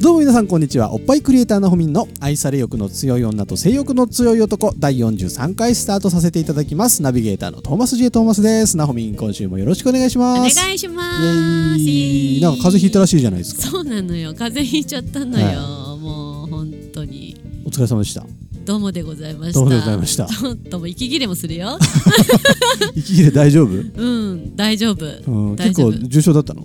どうも皆さんこんにちはおっぱいクリエイターのほみんの愛され欲の強い女と性欲の強い男第43回スタートさせていただきますナビゲーターのトーマス J トーマスですなほみん今週もよろしくお願いしおます願いしますイエーイなんか風邪ひいたらしいじゃないですかそうなのよ風邪ひいちゃったのよ、はもう本当にお疲れ様でしたどうもでございましたどうもでございましたちょっともう息切れもするよ息切れ大丈夫、うん大丈夫うん、大結丈夫構重症だったの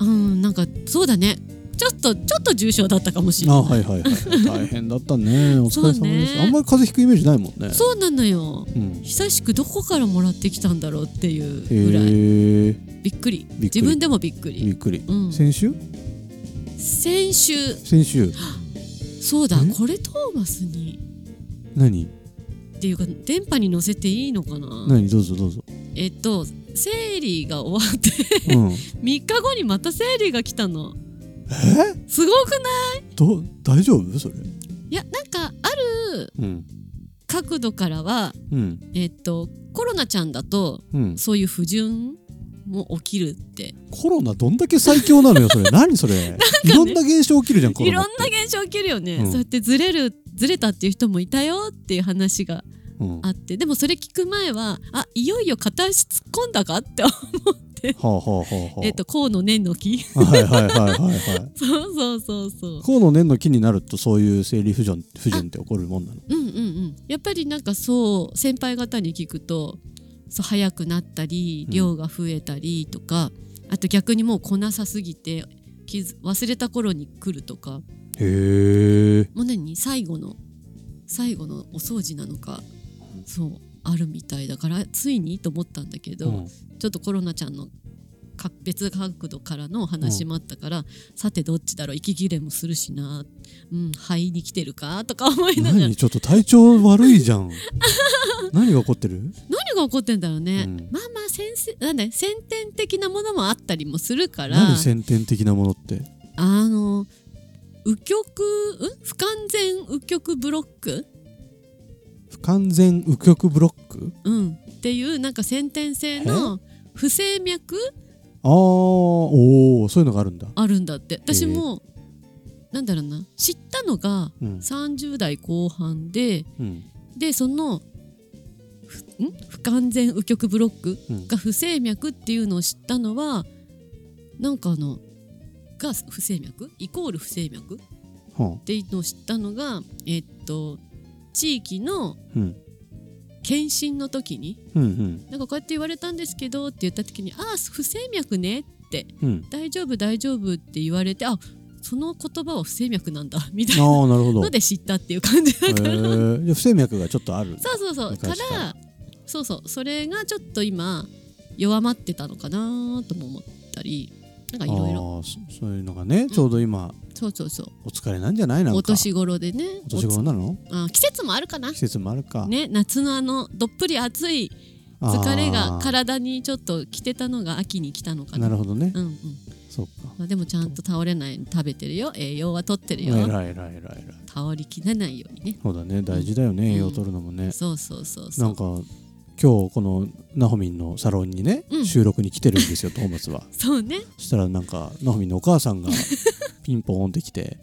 うんなんかそうだねちょっとちょっと重症だったかもしれあない、はいはいはい大変だった ねお疲れ様です、そうねあんまり風邪ひくイメージないもんねそうなのようん久しくどこからもらってきたんだろうっていうぐらいへえびっくりびっくり自分でもびっくびりっくり、うん先週先週先週そうだんこれトーマスに何っていうか電波に乗せていいのかな何どうぞどうぞ、えっと生理が終わって うん、 3日後にまた生理が来たのえすごくないど大丈夫それいやなんかあるうん角度からはうんえっとコロナちゃんだとうんそういう不順も起きるってコロナどんだけ最強なのよ それ何それ、いろんな現象起きるじゃんコいロろナんっなて現象起きるよね、うんそうやってずれるずれたっていう人もいたよっていう話がうんあってでもそれ聞く前はあいよいよ片足突っ込んだかって思ってはあはあはあはあえっと甲の年の木 はいはいはいはいはいそうそうそうそう河野年の木になるとそういう生理不順不順って起こるもんなのうんうんうんやっぱりなんかそう先輩方に聞くとそう早くなったりうん量が増えたりとか、あと逆にもう来なさすぎて気づ忘れた頃に来るとかへえもう何最後の最後のお掃除なのかそうあるみたいだからついにと思ったんだけど、うんちょっとコロナちゃんのか別角度からのお話もあったから、さてどっちだろう息切れもするしなうん肺に来てるかとか思いながら何ちょっと体調悪いじ ゃん何が起こってる何が起こってんだろうね、うんまあまあ先生なんだよ先天的なものもあったりもするから何先天的なものってあの右極うん不完全右極ブロック、不完全右極ブロックうん、っていうなんか先天性の不整脈あーおおそういうのがあるんだあるんだって私もなんだろうな知ったのがうん30代後半でうんでそのふん不完全右極ブロックうんが不整脈っていうのを知ったのはなんかあのが不整脈イコール不整脈っはていうのを知ったのがえっと地域のあうん検診の時にうんうんなんかこうやって言われたんですけどって言った時に「ああ不整脈ね」ってうん「大丈夫大丈夫」って言われてあその言葉は不整脈なんだみあたいなーなるほどので知ったっていう感じだへから。ーじゃあ不整脈がちょっとあるそうそうそうか昔かららそうそうそれがちょっと今弱まってたのかなとも思ったりなんかいろいろあーそそういうのがねちょうど今、そうそうそうお疲れなんじゃないなんかお年頃でねお年頃なのおつあ季節もあるかな季節もあるか、ね夏のあのどっぷり暑いあー、疲れが体にちょっと来てたのが秋に来たのかななるほどね、うんうんそうかまあ、でもちゃんと倒れないように食べてるよ栄養は取ってるえよらいえらいえらいえらい倒りきれないようにねそうだね大事だよね、うん栄養取るのもね、そうそうそうそなんうか今日このなほみんのサロンにね、うん収録に来てるんですよトーマスはそうねそしたらなんかなほみんのお母さ んがピンポーンって来て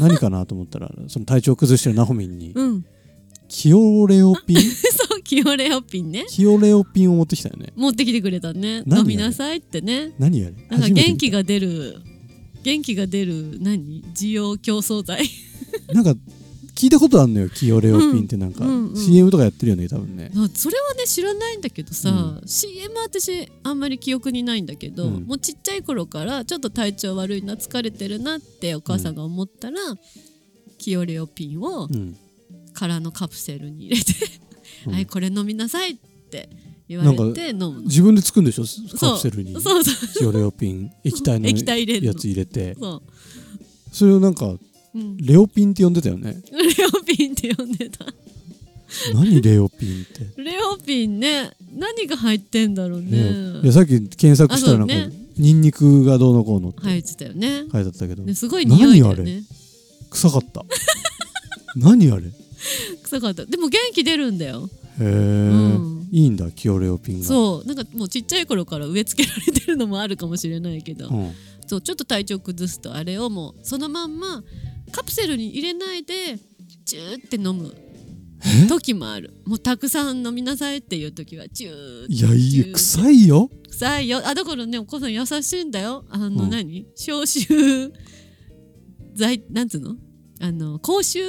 何かなと思ったらその体調崩してるなほみんに、うん キオレオピンそうキオレオピンねキオレオピンを持ってきたよね持ってきてくれたね何飲みなさいってね何やれなんか初めて元見た気が出る元気が出る何需要競 争剤なんか聞いたことあるのよキオレオピンってなんか、うんうんうん CM とかやってるよね多分ねあそれはね知らないんだけどさ、CM は私あんまり記憶にないんだけど、うんもうちっちゃい頃からちょっと体調悪いな疲れてるなってお母さんが思ったら、キオレオピンをうん空のカプセルに入れて「うんはいこれ飲みなさい」って言われて飲むの自分でつくんでしょカそプうセルにそうそうジオレオピン液体の 液体入れんのやつ入れてそう、それをなんかうん、レレオピンって呼んでたよねオピンって呼んでた何レオピンって、レオピンね何が入ってんだ ろうねいやねさっき検索したらなんか、あそうねニンニクがどうのこうのって書入いっててたよねあったけど、ねすごい匂いだよね臭かった 何あれへ臭かったでも元気出るんだよえ、うんいいんだキオレオピンがそうなんかもうちっちゃい頃から植え付けられてるのもあるかもしれないけど、うんそうちょっと体調崩すとあれをもうそのまんまカプセルに入れないでチューって飲む時もあるもうたくさん飲みなさいっていう時はチューっていやいいチューよ臭いよ臭いよあだからねお母さん優しいんだよあの、うん何消臭剤なんつうのあの口臭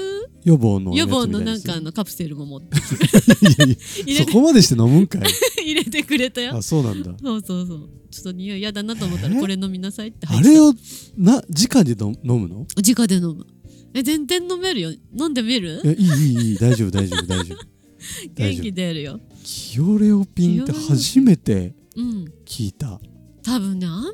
予防の予やつみた防いのなんすよかあのカプセルも持っていやいや入れそてこまでして飲むんかい 入れてくれたよあそう なんだそうそうそうちょっと匂い嫌だなと思ったえらこれ飲みなさいって入あってたれをな直で飲飲むの直で飲むえ全然飲めるよ飲んでみるいやいいいいいい大丈夫大丈夫 大丈夫大丈元気夫出るよキオレオピンって初めてうん聞いた多分ねあん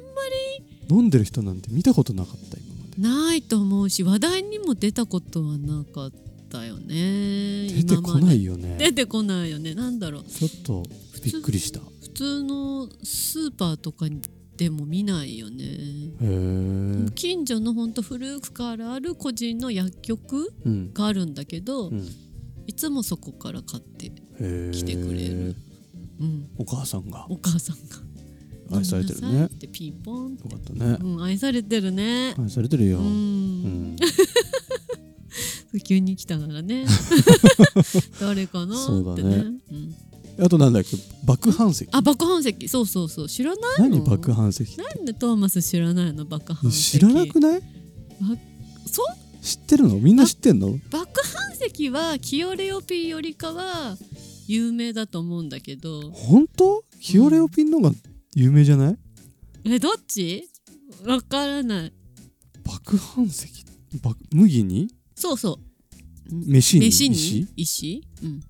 飲んでる人なんて見たことなかった今までないと思うし話題にも出たことはなかったよね出てこないいよね出てこないよねなんだろうちょっとびっくりしたへ普通のスーパーとかにでも見ないよねえうん近所のほんと古くからある個人の薬局うんがあるんだけど、へいつもそこから買って、え来てくれるうん、お母さんがお母さんが愛されてる飲みなねさいってピンポンよかったねうん、愛されてるね。愛されてるよううんん、急に来たか らね。誰かなそうってだね。ねうんあとなんだっけ爆飯石あ、爆飯石、そうそうそう、知らないの。何爆飯石ってなんでトーマス知らないの、爆飯石。知らなくないそう、知ってるのみんな知ってんの爆飯石はキオレオピーよりかは有名だと思うんだけど。本当キオレオピンの方が有名じゃないえ、どっち。わからない。爆飯石爆麦にそうそう。飯に飯に石石うん、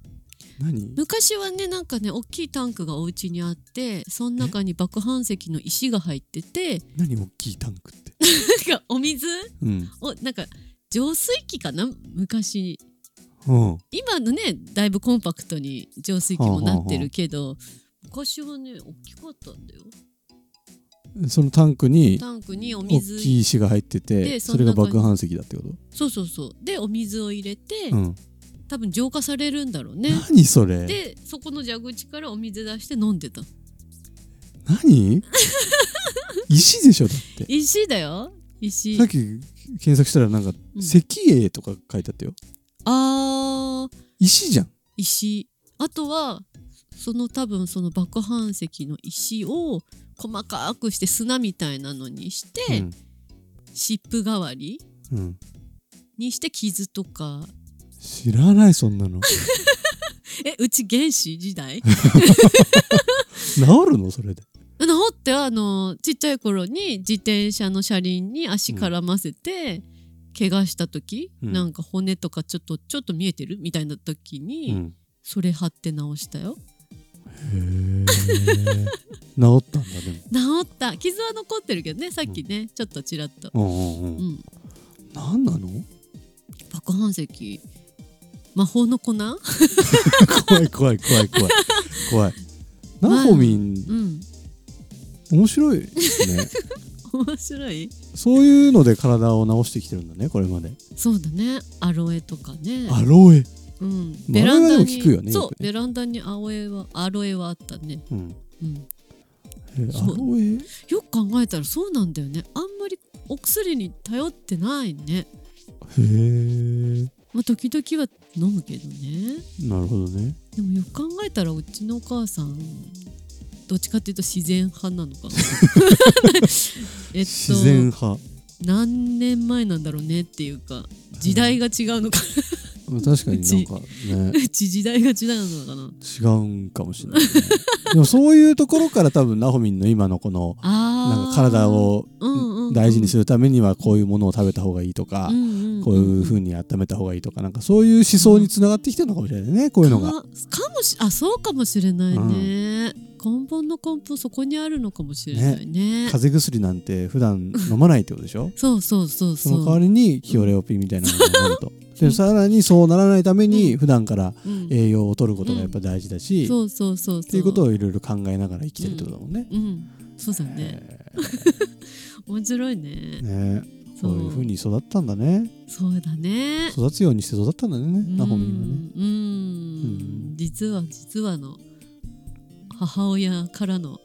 何昔はねなんかね大きいタンクがお家にあってその中に爆飯石の石が入ってて 何大きいタンクってなんかお水うんをなんか浄水器かな昔うん今のねだいぶコンパクトに浄水器もなってるけど、昔はね大きかったんだよそのタンクにタンクにお大水きい石が入っててでそれがその中爆に飯石だってことそうそうそうでお水を入れて、うん多分浄化されるんだろうね何それでそこの蛇口からお水出して飲んでた何石でしょだって石だよ石さっき検索したらなんかうん石英とか書いてあったよあー石じゃん石あとはその多分その爆飯石の石を細かくして砂みたいなのにして、湿布代わりうんうんにして傷とか知らないそんなの治えうち原始時代 るのそれであのほってあのちっちゃい頃に自転車の車輪に足絡ませて、怪我した時、うんなんか骨とかちょっとちょっと見えてるみたいな時に、うんそれ貼って直したよへえ治ったんだで治った傷は残ってるけどねさっきね、ちょっとちらっと、もうんうんううんん、何なの爆飯石魔法の粉う怖い怖い怖い怖い怖いナホミンん面白いですね面白いそういうので体を治してきてるんだねこれまでそうだねアロエとかねアロエ、うんあベランダアロエはに効くよねそようくねベランダにアロエはアロエはあったね、うん、うん、えアそうロエよく考えたらそうなんだよねあんまりお薬に頼ってないへねえまあ時々は飲むけどねなるほどねでもよく考えたらうちのお母さんどっちかっていうと自然派なのかなえっと自然派何年前なんだろうねっていうか時代が違うのかまあ確かになんかねな うち時代が違うのかな違うんかもしれないね、でもそういうところから多分ナホミンの今のこのあーなんか体をうんうんうん大事にするためにはこういうものを食べた方がいいとか、んんこういう風に温めた方がいいとかなんかそういう思想につながってきてるのかもしれないねこういうのが。かかもしあそうかもしれないね、根本の根本そこにあるのかもしれないね風邪薬なんて普段飲まないってことでしょそうそうそ うそそうの代わりにヒオレオピンみたいなものを 飲むと。でさらにそうならないために普段からうん栄養を取ることがやっぱ大事だし、っそうそうそうそうていうことをいろいろ考えながら生きてるってことだもんね。うんそうだね 面白いねねそそうういう風に育ったんだねそうだね育つようにして育ったんだねナホミンはね。うんうん実は実はの母親からの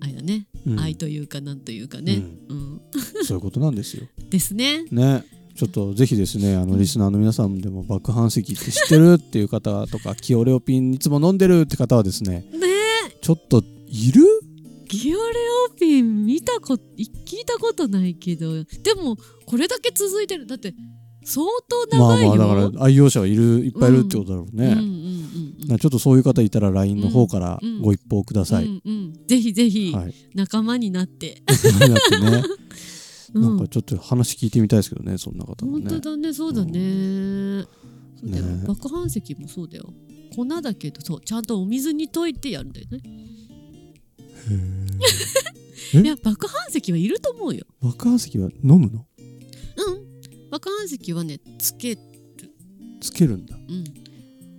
愛だね、うん愛というかなんというかね、うんそういうことなんですよ。ですねね。ちょっとぜひですねあのリスナーの皆さんでも爆飯石って知ってるっていう方とかキオレオピンいつも飲んでるって方はですねねちょっといるギオレオピン見たこ聞いたことないけどでもこれだけ続いてるだって相当まあ長いよまあだから愛用者はいるいっぱいいるってことだろうね。うんうんうんなちょっとそういう方いたら LINE の方からうんうんご一報ください。うんうん、ぜひぜひはい。仲間になって、 だってね、 うんなんかちょっと話聞いてみたいですけどね、そんな方も本ね。当だねそうだね、そうだよ、ね爆飯石もそうだよ粉だけどそうちゃんとお水に溶いてやるんだよねへーえいや爆飯石はいると思うよ爆破石は飲むの？うん爆飯石はねつけつけるんだ。うん、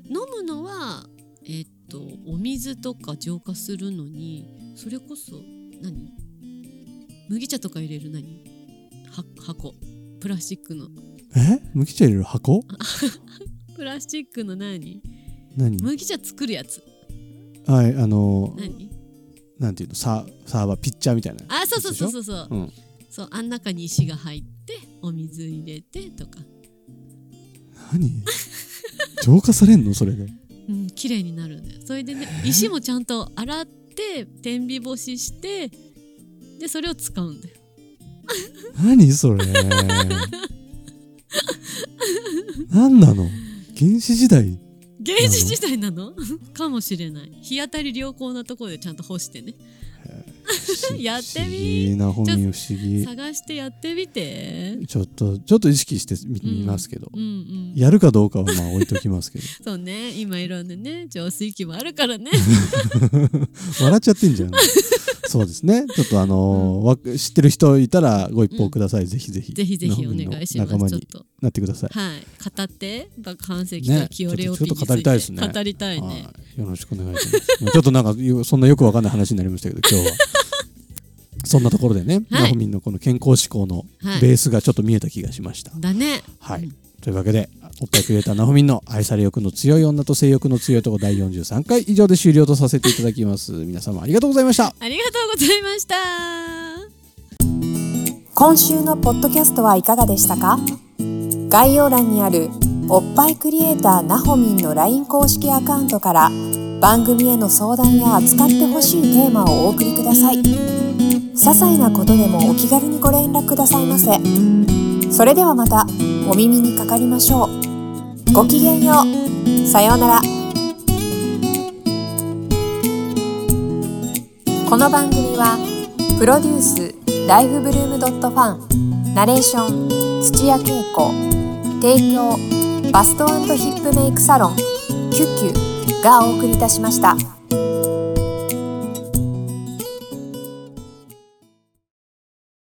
飲むのはえっとお水とか浄化するのにそれこそ何麦茶とか入れる何は箱プラスチックのえ？麦茶入れる箱？プラスチックの何何？麦茶作るやつはいあの何なんていうのサーサーバーピッチャーみたいな。あそうそうそうそうそう、うんそうあん中に石が入ってお水入れてとか何？浄化されんのそれで？うん綺麗になるんだよそれでね石もちゃんと洗って天日干ししてでそれを使うんだよ何それ？何なの？原始時代？原始時代なの かもしれない日当たり良好なところでちゃんと干してね やって不み思議な本人不思議。探してやってみてちょっとちょっと意識してみうん見ますけど、うんうんやるかどうかはまあ置いときますけどそうね今いろんなね浄水器もあるからね笑っちゃってんじゃんそうですねちょっとあのーわ知ってる人いたらご一報ください、ぜひぜひぜひぜひお願いしま仲間すちょっにとなってくださいはい語って爆反石ねとキオレオピンについちょっと語りたいですてね語りたいねはいよろしくお願いしますちょっとなんかよそんなよくわかんない話になりましたけど今日は そんなところでね、はいナホミンのこの健康志向のはいベースがちょっと見えた気がしました、だねはい、うんというわけでおっぱいクリエイターなほみんの愛され欲の強い女と性欲の強い男第43回以上で終了とさせていただきます皆様ありがとうございましたありがとうございました今週のポッドキャストはいかがでしたか概要欄にあるおっぱいクリエイターなほみんの LINE 公式アカウントから番組への相談や扱ってほしいテーマをお送りください些細なことでもお気軽にご連絡くださいませそれではまたお耳にかかりましょうごきげんようさようならこの番組は「プロデュースライフブルームドットファンナレーション土屋恵子提供バストヒップメイクサロン「キュッキュ」がお送りいたしました。